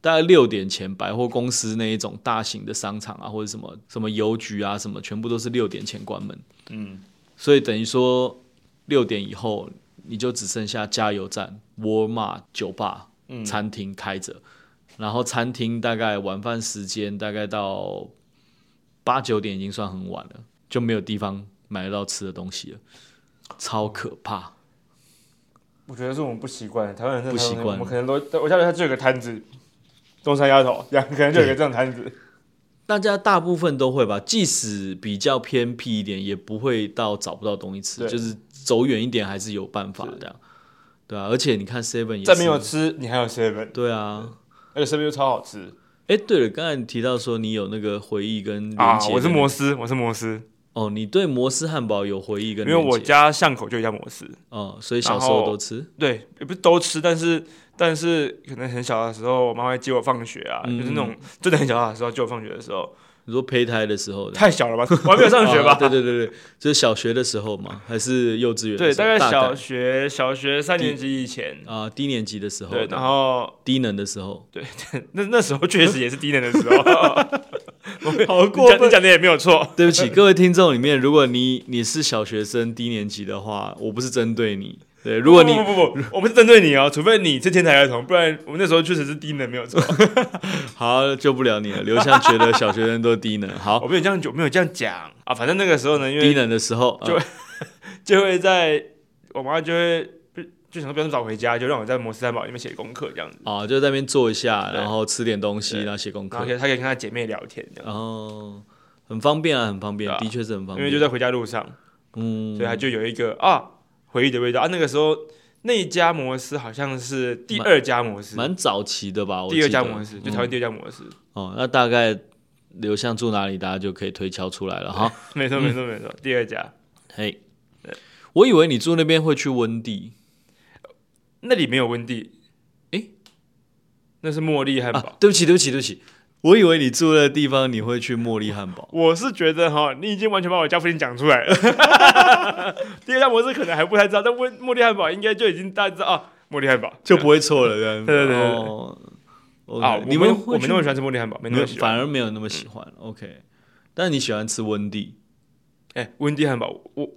S2: 大概六点前，百货公司那一种大型的商场啊，或者什么什么邮局啊，什么全部都是六点前关门。
S1: 嗯，
S2: 所以等于说六点以后，你就只剩下加油站、沃尔玛、酒吧、
S1: 嗯
S2: 餐厅开着，然后餐厅大概晚饭时间大概到八九点已经算很晚了，就没有地方买得到吃的东西了，超可怕。
S1: 我觉得是我们不习惯，台湾人真的
S2: 不习惯
S1: 我们可能都我家楼下就有个摊子，中山丫头，两个人就有个这样摊子，
S2: 大家大部分都会吧，即使比较偏僻一点，也不会到找不到东西吃，
S1: 对
S2: 就是走远一点还是有办法的，对啊。而且你看 Seven 也
S1: 再没有
S2: 是
S1: 吃，你还有 seven，
S2: 对啊，
S1: 而且 seven 又超好吃
S2: 哎，对了，刚才你提到说你有那个回忆跟连
S1: 啊！
S2: 结的
S1: 我是
S2: 那
S1: 摩斯，我是摩斯，
S2: 哦，你对摩斯汉堡有回忆跟
S1: 因
S2: 连
S1: 为
S2: 结
S1: 我家巷口就有一家摩斯，
S2: 哦，所以小时候
S1: 然后
S2: 都吃
S1: 对，也不是都吃，但是但是可能很小的时候，我妈会接我放学啊，
S2: 嗯
S1: 就是那种真的很小的时候接我放学的时候，
S2: 你说胚胎的时候的，
S1: 太小了吧？我还没有上学吧？
S2: 啊对对对对，就是小学的时候嘛，还是幼稚园的
S1: 对，
S2: 时
S1: 大
S2: 候？
S1: 概
S2: 大
S1: 小学小学三年级以前，
S2: 啊、低年级的时候，
S1: 对，然后
S2: 低能的时 候，
S1: 那那时候确实也是低能的时候，你
S2: 好
S1: 讲你讲的也没有错，
S2: 对不起，各位听众里面，如果你你是小学生低年级的话，我不是针对你。对，如果你
S1: 不不不不，我们是针对你哦，除非你是天才儿童，不然我们那时候确实是低能，没有错。
S2: 好救不了你了，刘翔觉得小学生都低能。
S1: 我
S2: 好，
S1: 没有这样，我没有这样讲啊，反正那个时候 呢，因
S2: 低
S1: 为
S2: 能的时候，
S1: 就
S2: 呃
S1: 就会在我妈就会就想说不要那么早回家，就让我在摩斯汉堡里面写功课这样子，
S2: 啊，就在那边坐一下，
S1: 对
S2: 然后吃点东西，
S1: 对
S2: 然后写功
S1: 然
S2: 课
S1: 后，她可以跟她姐妹聊天这样，
S2: 然后很方便啊，很方便
S1: 对，啊
S2: 的确是很方
S1: 因
S2: 便。
S1: 为就在回家路上，
S2: 嗯，
S1: 所以它就有一个啊回忆的味道啊。那个时候那一家摩斯好像是第二家摩斯，
S2: 蛮早期的吧？我
S1: 第二
S2: 记
S1: 家
S2: 得嗯
S1: 摩斯就台湾第二家摩斯，
S2: 哦，那大概刘翔住哪里，大家就可以推敲出来了哈。
S1: 没错没错没错，第二家
S2: 嘿，我以为你住那边会去温蒂
S1: 那里没有温蒂，
S2: 嗯诶
S1: 那是茉莉汉堡
S2: 啊，。对不起，对不起，对不起，我以为你住的地方你会去茉莉汉堡。
S1: 我是觉得哈，你已经完全把我家附近讲出 来了。第二家摩斯可能还不太知道，但温茉莉汉堡应该就已经大家知道啊，茉莉汉堡
S2: 就不会错了，这样子。
S1: 对对对对
S2: 哦，OK，
S1: 啊，
S2: 你
S1: 我们
S2: 会
S1: 我
S2: 去
S1: 们那么喜欢吃茉莉汉堡，没
S2: 你
S1: 那么
S2: 们
S1: 喜欢。
S2: 反而没有那么喜欢。OK，但你喜欢吃温蒂
S1: 哎、温蒂汉堡，我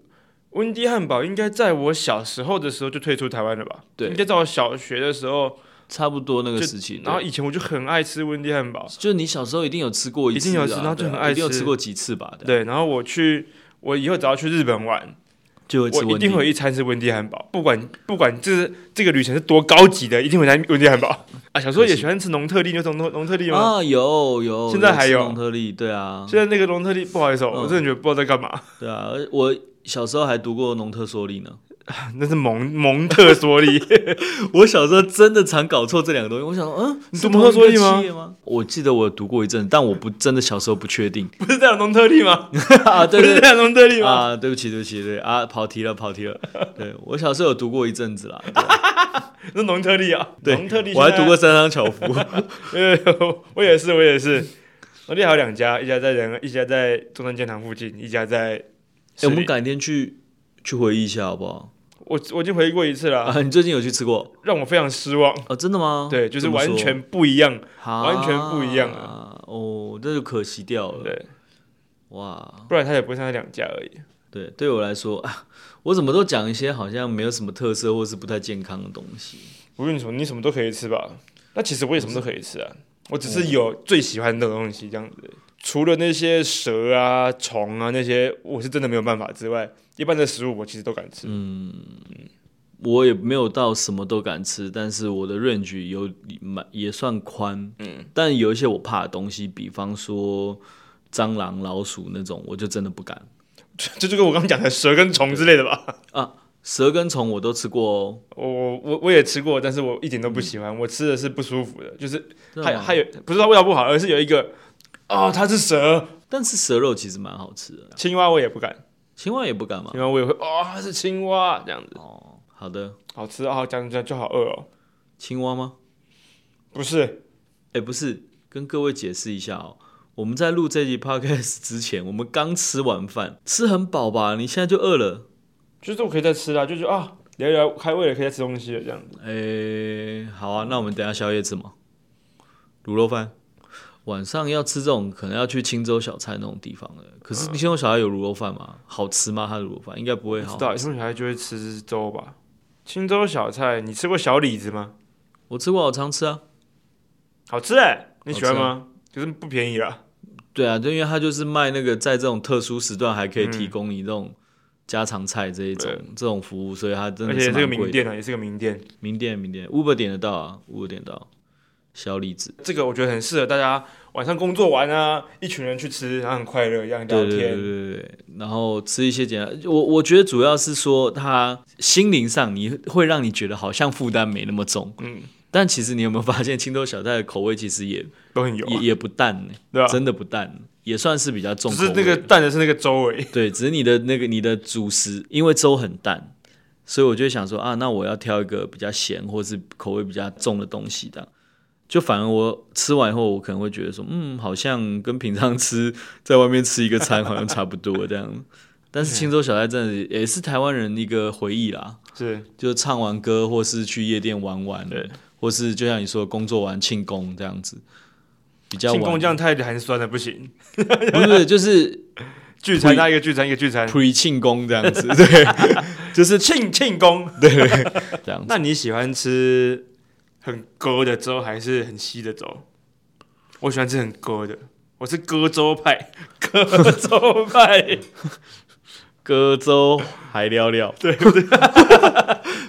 S1: 温蒂汉堡应该在我小时候的时候就退出台湾了吧？
S2: 对
S1: 应该在我小学的时候，
S2: 差不多那个
S1: 就
S2: 时期，
S1: 然后
S2: 对
S1: 以前我就很爱吃温蒂汉堡，
S2: 就你小时候一定有吃过次啊，
S1: 一定有吃然后就
S2: 对啊
S1: 很爱
S2: 一定有
S1: 吃
S2: 吃过几次吧？啊，
S1: 对，然后我去。我以后只要去日本玩，
S2: 就会吃
S1: 我一
S2: 温
S1: 定会有
S2: 蒂。
S1: 一餐是温蒂汉堡，不管不管这这个旅程是多高级的，一定会来温蒂汉堡啊！小时候也喜欢吃农特利，你有吃农农特利吗？
S2: 啊，有有，
S1: 现在还
S2: 吃
S1: 有
S2: 蒙特利，对啊，
S1: 现在那个农特利，不好意思哦，
S2: 嗯
S1: 我真的觉得不知道在干嘛，
S2: 对啊，而我小时候还读过农特梭利呢。
S1: 那是蒙蒙特梭利，
S2: 我小时候真的常搞错这两个东西，我想说，嗯，
S1: 你
S2: 是
S1: 读蒙特梭利
S2: 同一个
S1: 吗
S2: 企业吗？我记得我有读过一阵，但我不真的小时候不确定
S1: 不是在讲农特利吗？
S2: 啊， 对
S1: 不
S2: 对
S1: 是在讲农特利吗？
S2: 啊，对不起，对不起，对啊，跑题了，跑题了。对我小时候有读过一阵子啦，
S1: 那农特利啊，
S2: 对
S1: 农特利
S2: 我还
S1: 现在
S2: 读过三商巧福。哎
S1: 呃，我也是，我也是。我另还有两家，一家在仁，一家在中山建堂附近，一家在
S2: 欸
S1: 士
S2: 我
S1: 林。
S2: 们改天去去回忆一下好不好？
S1: 我我已经回忆过一次了，
S2: 啊，你最近有去吃过？
S1: 让我非常失望。
S2: 哦，真的吗？
S1: 对，就是
S2: 怎么说
S1: 完全不一样。完全不一样
S2: 啊！哦，这就可惜掉了。
S1: 对，
S2: 哇，
S1: 不然他也不会上那两家而已。
S2: 对，对我来说啊，我怎么都讲一些好像没有什么特色或是不太健康的东西。
S1: 我跟你说，你什么都可以吃吧？那其实我也什么都可以吃啊，我只是有最喜欢的东西这样子。除了那些蛇啊、虫啊那些，我是真的没有办法之外，一般的食物我其实都敢吃。
S2: 我也没有到什么都敢吃，但是我的 range 有蛮也算宽，嗯，但有一些我怕的东西，比方说蟑螂、老鼠那种，我就真的不敢。
S1: 这 就跟我刚刚讲的蛇跟虫之类的吧。
S2: 蛇跟虫我都吃过哦，
S1: 我我我我也吃过，但是我一点都不喜欢。我吃的是不舒服的，就是
S2: 真的
S1: 还
S2: 吗
S1: 还有不是它味道不好，而是有一个啊、它是蛇，
S2: 但是蛇肉其实蛮好吃的，
S1: 青蛙我也不敢，
S2: 青蛙也不敢嘛。
S1: 青蛙我也会啊、它是青蛙这样子，
S2: 哦，好的，
S1: 好吃啊，讲讲就好饿哦。
S2: 青蛙吗？
S1: 不是，
S2: 哎，不是，跟各位解释一下哦。我们在录这集 podcast 之前，我们刚吃完饭，吃很饱吧？你现在就饿了？
S1: 就是我可以再吃啦，就是啊聊一聊开胃了，可以再吃东西了这样子。
S2: 哎，好啊，那我们等一下宵夜吃嘛，卤肉饭。晚上要吃这种，可能要去青州小菜那种地方了。可是青州小菜有卤肉饭吗？好吃吗？它的卤肉饭应该不会
S1: 嗯不
S2: 好
S1: 知。道，从小孩就会吃粥吧。青州小菜，你吃过小李子吗？
S2: 我吃过，我常吃啊。
S1: 好吃哎、你
S2: 好
S1: 喜欢
S2: 吃啊
S1: 吗？就是不便宜啦。
S2: 对啊，就因为它就是卖那个在这种特殊时段还可以
S1: 嗯
S2: 提供你这种家常菜这一种、这种服务，所以它真
S1: 而
S2: 的
S1: 且
S2: 是
S1: 也是个
S2: 蛮
S1: 名
S2: 贵的。
S1: 店啊，也是个名店。
S2: 名店名店，Uber 点得到啊，Uber 点得到。小李子，
S1: 这个我觉得很适合大家晚上工作完啊，一群人去吃，然后很快乐，一样聊
S2: 对
S1: 天。
S2: 对对对对，然后吃一些简单，我我觉得主要是说它心灵上你会让你觉得好像负担没那么重，
S1: 嗯，
S2: 但其实你有没有发现青州小菜的口味其实也、
S1: 都很油、
S2: 也
S1: 啊，
S2: 也不淡呢、欸
S1: 对吧、
S2: 真的不淡，也算是比较重
S1: 只
S2: 口味
S1: 是那个淡的是那个粥而已。
S2: 对，只是你的那个你的主食，因为粥很淡，所以我就会想说啊，那我要挑一个比较咸或是口味比较重的东西的。就反而我吃完以后，我可能会觉得说，嗯，好像跟平常吃在外面吃一个餐好像差不多这样。但是青州小菜真的也是台湾人一个回忆啦，
S1: 是
S2: 就唱完歌或是去夜店玩玩，
S1: 对，
S2: 或是就像你说工作完庆功这样子，比较
S1: 庆功
S2: 晚，
S1: 这样太寒酸了，不行。
S2: 不是就是
S1: 聚餐那一个聚餐一个聚餐，
S2: pre 庆功这样子，对，就是
S1: 庆庆功。
S2: 这样子。
S1: 那你喜欢吃很割的粥还是很稀的粥？我喜欢吃很割的，我是割粥派，割粥 派，
S2: 隔州还聊聊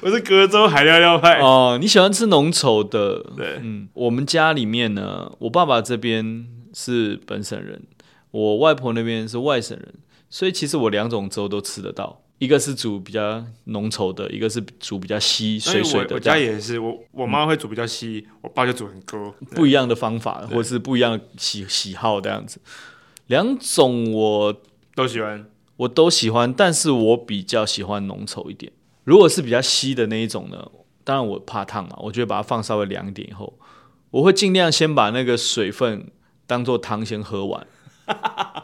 S1: 我是割粥海料料派。
S2: 哦，你喜欢吃浓稠的？
S1: 对，
S2: 嗯，我们家里面呢，我爸爸这边是本省人，我外婆那边是外省人，所以其实我两种粥都吃得到，一个是煮比较浓稠的，一个是煮比较稀
S1: 所以
S2: 水水
S1: 我
S2: 的，
S1: 我
S2: 这样
S1: 家也是，我我妈会煮比较稀，我爸就煮很割。
S2: 不一样的方法，或是不一样的喜喜好这样子。两种我
S1: 都喜欢。
S2: 我都喜欢，但是我比较喜欢浓稠一点。如果是比较稀的那一种呢，当然我怕烫嘛，我就会把它放稍微凉一点以后，我会尽量先把那个水分当做汤先喝完， 大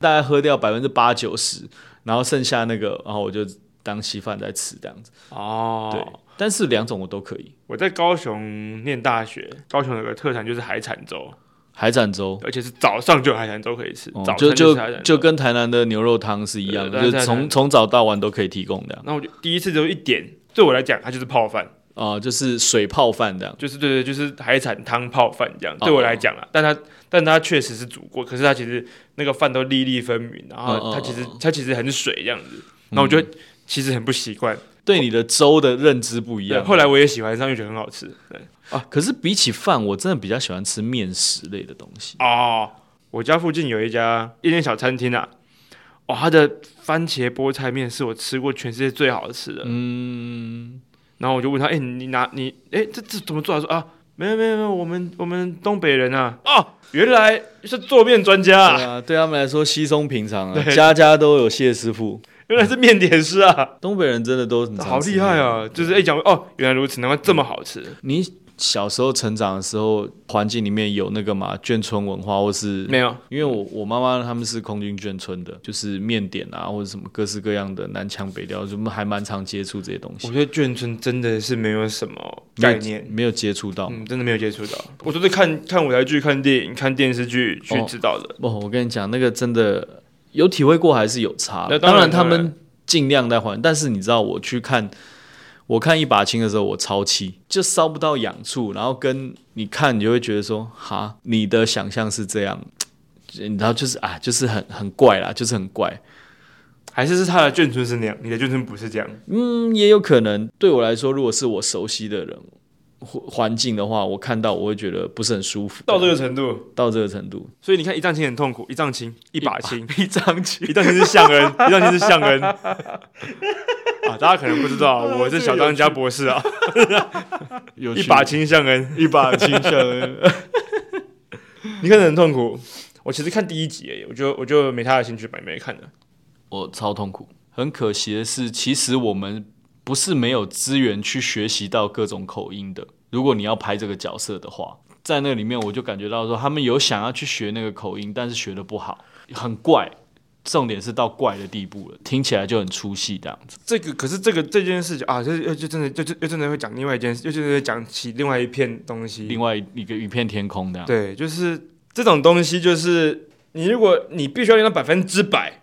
S2: 概喝掉百分之八九十，然后剩下那个，然后我就当稀饭在吃这样子。
S1: 哦
S2: 对，但是两种我都可以。
S1: 我在高雄念大学，高雄有个特产就是海产粥，
S2: 海产粥，
S1: 而且是早上就有海产粥可以吃，
S2: 哦
S1: 早
S2: 就
S1: 餐
S2: 就
S1: 吃海产粥。
S2: 就跟台南的牛肉汤是一样的，
S1: 对对
S2: 就是
S1: 对
S2: 从
S1: 对
S2: 从早到晚都可以提供的啊、
S1: 那我就第一次只有一点，对我来讲，它就是泡饭。
S2: 啊就是水泡饭这样。
S1: 就是对对，就是海产汤泡饭这样，
S2: 哦
S1: 对我来讲啊，但它但它确实是煮过，可是它其实那个饭都粒粒分明，然
S2: 哦
S1: 后
S2: 哦
S1: 它其实
S2: 哦嗯
S1: 它其实很水这样子，然后我就其实很不习惯。
S2: 对你的粥的认知不一
S1: 对，
S2: 样。
S1: 后来我也喜欢上，又觉得很好吃。对
S2: 啊，可是比起饭，我真的比较喜欢吃面食类的东西。
S1: 哦，我家附近有一家一间小餐厅啊，哇、它的番茄菠菜面是我吃过全世界最好吃的。
S2: 嗯，
S1: 然后我就问他，哎、你拿你，哎、这这怎么做？他说啊，没有没有没有，我们我们东北人啊，哦，原来是做面专家啊
S2: 对。啊，对他们来说稀松平常啊，
S1: 对
S2: 家家都有谢师傅。
S1: 原来是面点师 啊，
S2: 东北人真的都很常
S1: 好
S2: 吃
S1: 厉害
S2: 面！
S1: 啊！就是一讲哦，原来如此，难怪这么好吃。
S2: 你小时候成长的时候，环境里面有那个嘛眷村文化，或是
S1: 没有，
S2: 因为我我妈妈他们是空军眷村的，就是面点啊或者什么各式各样的南腔北调，就还蛮常接触这些东
S1: 我
S2: 西。
S1: 对眷村真的是没有什么
S2: 没有
S1: 概念，
S2: 没有接触到。
S1: 嗯，真的没有接触到。我都是看看舞台剧、看电影、看电视剧去
S2: 哦
S1: 知道的。
S2: 不，我跟你讲，那个真的有体会过还是有差
S1: 那
S2: 的。
S1: 当然
S2: 他
S1: 当然
S2: 们尽量在还，但是你知道我去看，我看一把青的时候，我超气，就烧不到痒处，然后跟你看，你就会觉得说，哈，你的想象是这样，然后就是啊，就是很很怪啦，就是很怪。
S1: 还是是他的眷村是那样，你的眷村不是这样。
S2: 嗯，也有可能对我来说，如果是我熟悉的人。环环境的话，我看到我会觉得不是很舒服，
S1: 到这个程度，
S2: 到这个程度，
S1: 所以你看一丈青很痛苦，一丈青 一把青，
S2: 一张起
S1: 一丈青是相恩，一丈青是相 恩。啊，大家可能不知 道，我是小当家博士 啊，
S2: 有
S1: 一
S2: 趣
S1: 把青相恩，
S2: 一把青 春，
S1: 你看得很痛苦。我其实看第一集而已，我就我就没他的兴趣，买没看的。
S2: 我超痛苦。很可惜的是，其实我们不是没有资源去学习到各种口音的。如果你要拍这个角色的话，在那里面我就感觉到说，他们有想要去学那个口音，但是学的不好，很怪。重点是到怪的地步了，听起来就很出戏这样子。
S1: 这个可是这个这件事情啊，这又就真的就就又真的会讲另外一件事，又真的会讲起另外一片东西。
S2: 另外啊一个一片天空这样。
S1: 对，就是这种东西，就是你如果你必须要用到百分之百，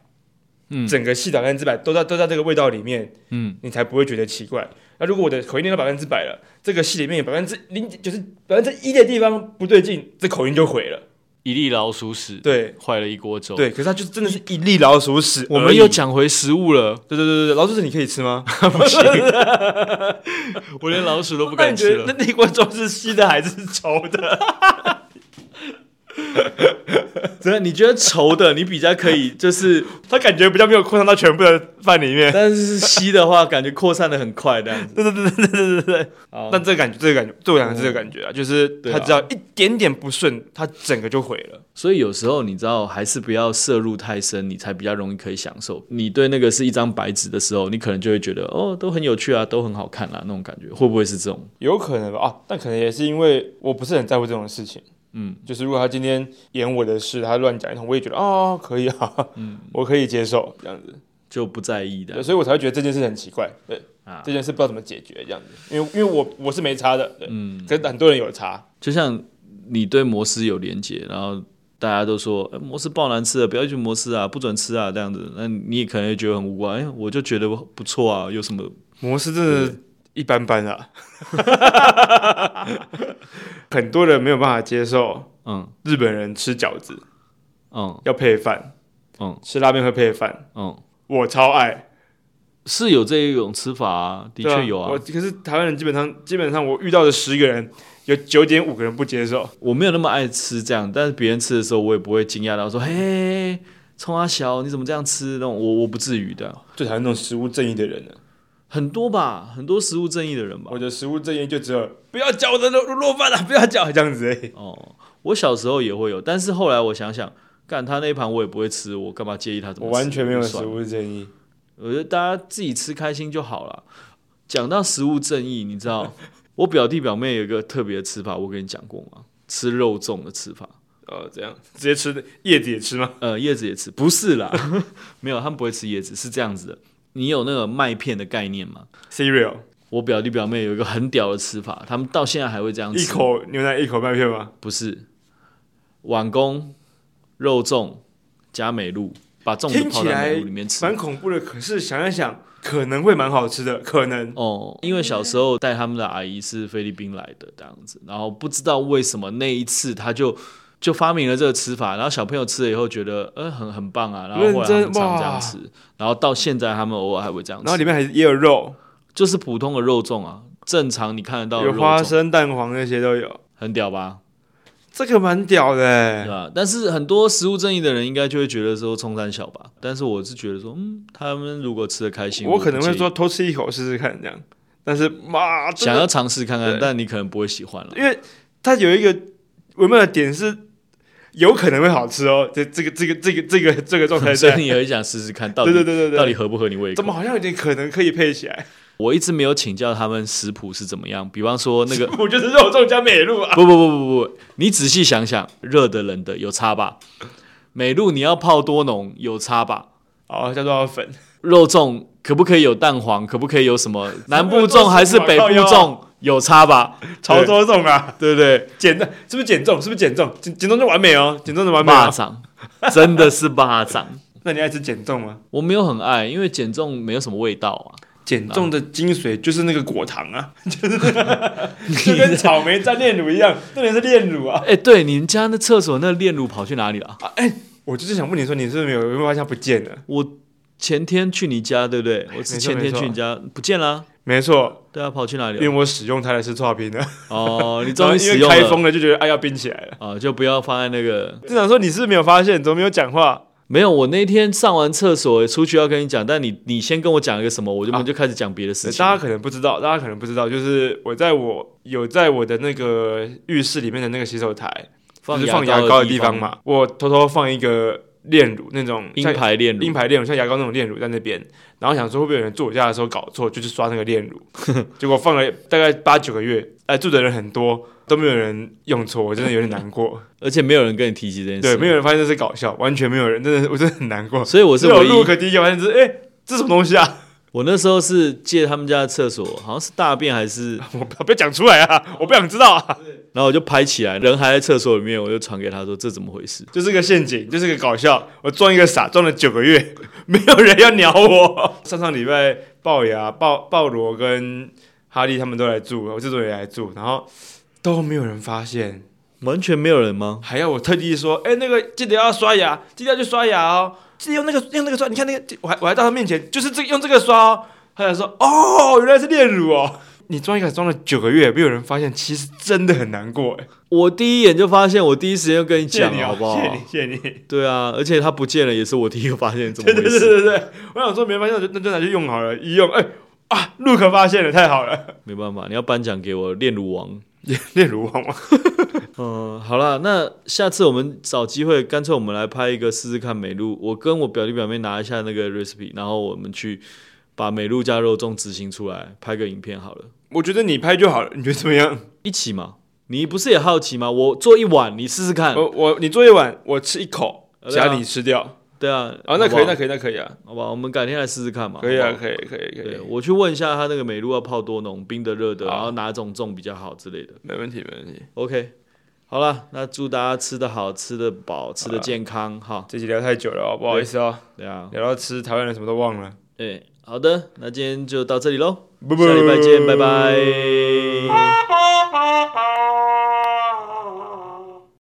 S2: 嗯
S1: 整个戏百分之百都在都在这个味道里面，
S2: 嗯，
S1: 你才不会觉得奇怪。那如果我的口音练到百分之百了，这个戏里面有百分之零就是百分之一的地方不对劲，这口音就毁了。
S2: 一粒老鼠屎，
S1: 对
S2: 坏了一锅粥。，
S1: 对，可是它就真的是一粒老鼠屎而已。
S2: 哦我们又讲回食物了，
S1: 对对对对，老鼠屎你可以吃 吗？
S2: 我连老鼠都不
S1: 那
S2: 敢
S1: 你觉
S2: 吃
S1: 得
S2: 了。
S1: 那那锅粥是稀的还是稠的？
S2: 真的，你觉得稠的你比较可以，就是，
S1: 他感觉比较没有扩散到全部的饭里面。
S2: 但是稀的话，感觉扩散的很快这样子。
S1: 对对对对对对对。
S2: 好
S1: 但这个感觉，这个感觉，对我来讲是这个感哦觉啊，就是
S2: 对
S1: 他
S2: 啊
S1: 只要一点点不顺，他整个就毁了。
S2: 所以有时候你知道，还是不要摄入太深，你才比较容易可以享受。你对那个是一张白纸的时候，你可能就会觉得哦，都很有趣啊，都很好看啊，那种感觉会不会是这种？
S1: 有可能吧啊，但可能也是因为我不是很在乎这种事情。
S2: 嗯，
S1: 就是如果他今天演我的事，他乱讲一通，我也觉得哦，可以啊，嗯， 我可以接受这样子，
S2: 就不在意
S1: 对，
S2: 的
S1: 所以我才会觉得这件事很奇怪，对，
S2: 啊
S1: 这。件事不知道怎么解决这样子，因为因为我我是没差的，对，嗯，可是很多人有差，
S2: 就像你对摩斯有连接，然后大家都说、呃、摩斯爆难吃的，不要去摩斯啊，不准吃啊，这样子，那你也可能会觉得很无关。哎，我就觉得不错啊，有什么？
S1: 模式真的一般般啊， 很多人没有办法接受
S2: 嗯
S1: 日本人吃饺子
S2: 嗯
S1: 要配饭，
S2: 嗯
S1: 吃拉面会配饭，
S2: 嗯，
S1: 我超爱，
S2: 是有这一种吃法啊，的
S1: 对
S2: 确有啊。
S1: 我可是台湾人基本上基本上我遇到的十个人有九点五个人不接受，
S2: 我没有那么爱吃这样，但是别人吃的时候，我也不会惊讶到说，嘿，冲阿小，你怎么这样吃？那种我我不至于的，
S1: 最讨厌那种食物正义的人了。
S2: 很多吧，很多食物正义的人吧。
S1: 我的食物正义就只有不要搅我的卤肉饭了、啊不要搅这样子而已。
S2: 哦，我小时候也会有，但是后来我想想，干他那一盘我也不会吃，我干嘛介意他怎么
S1: 我
S2: 吃？
S1: 完全没有
S2: 就算
S1: 食
S2: 了
S1: 物正义，
S2: 我觉得大家自己吃开心就好了。讲到食物正义，你知道 我表弟表妹有一个特别的吃法，我跟你讲过吗？吃肉粽的吃法，
S1: 哦，这样直接吃叶子也吃吗？
S2: 呃，叶子也吃，不是啦， 没有，他们不会吃叶子，是这样子的。你有那个麦片的概念吗？
S1: cereal
S2: 我表弟表妹有一个很屌的吃法，他们到现在还会这样嗯吃。
S1: 一口牛奶一口麦片吗？
S2: 不是碗公肉粽加美露，把粽子
S1: 听
S2: 泡
S1: 起
S2: 在
S1: 来
S2: 美露里面吃。
S1: 蛮恐怖的，可是想一想，可能会蛮好吃的，可能。
S2: 哦，因为小时候带他们的阿姨是菲律宾来的这样子，然后不知道为什么那一次他就就发明了这个吃法，然后小朋友吃了以后觉得呃很很棒啊，然后后来他
S1: 认真
S2: 们常这样
S1: 哇
S2: 吃，然后到现在他们偶尔还会这样
S1: 然后
S2: 吃，
S1: 里面还也有肉，
S2: 就是普通的肉粽啊，正常你看得到的
S1: 有
S2: 肉
S1: 花
S2: 粽，
S1: 生、蛋黄那些都有，
S2: 很屌吧？
S1: 这个蛮屌的
S2: 对
S1: 欸。
S2: 吧、但是很多食物正义的人应该就会觉得说冲山小吧，但是我是觉得说，嗯，他们如果吃的开心，
S1: 我
S2: 不
S1: 可能会
S2: 介意
S1: 说偷吃一口试试看这样，但是妈，这个
S2: 想要尝试看看
S1: 对，
S2: 但你可能不会喜欢了。
S1: 因为它有一个微妙的点是，有可能会好吃哦。这这个这个这个这个这个 状态
S2: 所
S1: 在，
S2: 以
S1: 对
S2: 你也很想试试看，到底
S1: 对对对对，
S2: 到底合不合你胃口？
S1: 怎么好像有点可能可以配起来？
S2: 我一直没有请教他们食谱是怎么样。比方说那个，
S1: 我觉得肉粽加美露啊，
S2: 不不不不不，你仔细想想，热的冷的有差吧？美露你要泡多浓有差吧？
S1: 哦，加多少粉？
S2: 肉粽可不可以有蛋黄？可不可以有什么南部粽还是北部
S1: 靠腰啊
S2: 粽有差吧？
S1: 潮州粽啊，
S2: 对不对？
S1: 减的是不是减重？是不是减重？减减重就完美哦，减重就完美、
S2: 蚂
S1: 哦。
S2: 蚱真的是蚂蚱，
S1: 那你爱吃减重吗？
S2: 我没有很爱，因为减重没有什么味道啊。
S1: 减重的精髓就是那个果糖 啊，就是就跟草莓蘸炼乳一样，重点是炼乳啊。
S2: 哎，对，你们家那厕所那炼乳跑去哪里了？
S1: 啊，哎、我就是想问你说，你是不是没有有没有发现它不见了？
S2: 我前天去你家，对不对？我是
S1: 没错
S2: 前天去你家，不见啦、
S1: 没错，
S2: 对啊，跑去哪里
S1: 因
S2: 了
S1: 为？我使用它来吃刨冰的，
S2: 哦，你
S1: 然
S2: 终
S1: 后
S2: 于
S1: 因
S2: 使
S1: 为
S2: 用
S1: 开
S2: 了
S1: 封了就觉得哎要冰起来了。
S2: 啊，就不要放在那个。
S1: 店长说你是不是没有发现，怎么没有讲话？
S2: 没有，我那天上完厕所出去要跟你讲，但你你先跟我讲一个什么，我就、我就开始讲别的事
S1: 对
S2: 情。
S1: 大家可能不知道，大家可能不知道，就是我在我有在我的那个浴室里面的那个洗手台，
S2: 放
S1: 就是放
S2: 牙
S1: 牙
S2: 膏
S1: 膏的地
S2: 方
S1: 方，嘛，我偷偷放一个炼乳那种
S2: 鹰
S1: 像
S2: 牌炼
S1: 鹰
S2: 乳，
S1: 牌炼乳，像牙膏那种炼乳在那边，然后想说会不会有人住我家的时候搞错，就去刷那个炼 乳，结果放了大概八九个月，哎，住的人很多都没有人用错，我真的有点难 过。
S2: 而且没有人跟你提及这件事，
S1: 对，没有。人发现这是搞笑，完全没有人，真的是我真的很难过。
S2: 所以我
S1: 我
S2: 是
S1: 有
S2: 唯
S1: 录
S2: 一，
S1: 可第一个发现是，哎、这什么东西啊？
S2: 我那时候是借他们家的厕所，好像是大便还是，
S1: 我不不要讲出来啊，我不想知道啊。
S2: 然后我就拍起来，人还在厕所里面，我就传给他说这怎么回事？
S1: 就是个陷阱，就是个搞笑。我装一个傻，装了九个月， 没有人要鸟我。上上礼拜，龅牙、鲍鲍罗跟哈利他们都来住，我这周也来住，然后都没有人发现，
S2: 完全没有人吗？
S1: 还要我特地说，哎、那个记得要刷牙，记得要去刷牙哦，记得用那个用那个刷，你看那个，我还我还到他面前，就是这个用这个刷哦。他才说，哦，原来是炼乳哦。你装一卡装了九个月，被有人发现，其实真的很难过哎。
S2: 我第一眼就发现，我第一时间就跟你
S1: 谢
S2: 讲
S1: 谢你，
S2: 好
S1: 哦，
S2: 不 好？
S1: 谢谢你，谢谢你。
S2: 对啊，而且它不见了，也是我第一个发现，怎么
S1: 对对
S2: 回
S1: 对
S2: 事？
S1: 对对，我想说没发现，那就那就拿去用好了，一用哎、啊，陆克发现了，太好 了，
S2: 没办法，你要颁奖给我炼乳王。
S1: 炼乳王吗？
S2: 嗯，好啦，那下次我们找机会，干脆我们来拍一个试试看美露。我跟我表弟表妹拿一下那个 recipe，然后我们去把美露加肉粽执行出来，拍个影片好了，
S1: 我觉得你拍就好了，你觉得怎么样？
S2: 一起嘛。你不是也好奇吗？我做一碗，你试试看。
S1: 我我你做一碗，我吃一口，
S2: 嗯啊
S1: 其他你吃掉。
S2: 对啊，
S1: 啊，那可以，
S2: 好不好
S1: 那可以，那可以啊，
S2: 好吧，我们改天来试试看嘛。
S1: 可以
S2: 好
S1: 啊，
S2: 不好
S1: 可以，可以，可
S2: 对，
S1: 以，
S2: 我去问一下他那个美露要泡多浓，冰的、热的，
S1: 好
S2: 然后哪种粽比较好之类的。
S1: 没问题，没问题。
S2: OK，好了，那祝大家吃得好、吃得饱、吃得健康哈。
S1: 这集聊太久了哦，不好意思哦，
S2: 对啊，
S1: 聊到吃台湾人什么都忘了。
S2: 对，好的，那今天就到这里喽，
S1: 下
S2: 下礼拜见，拜拜。
S3: Bye.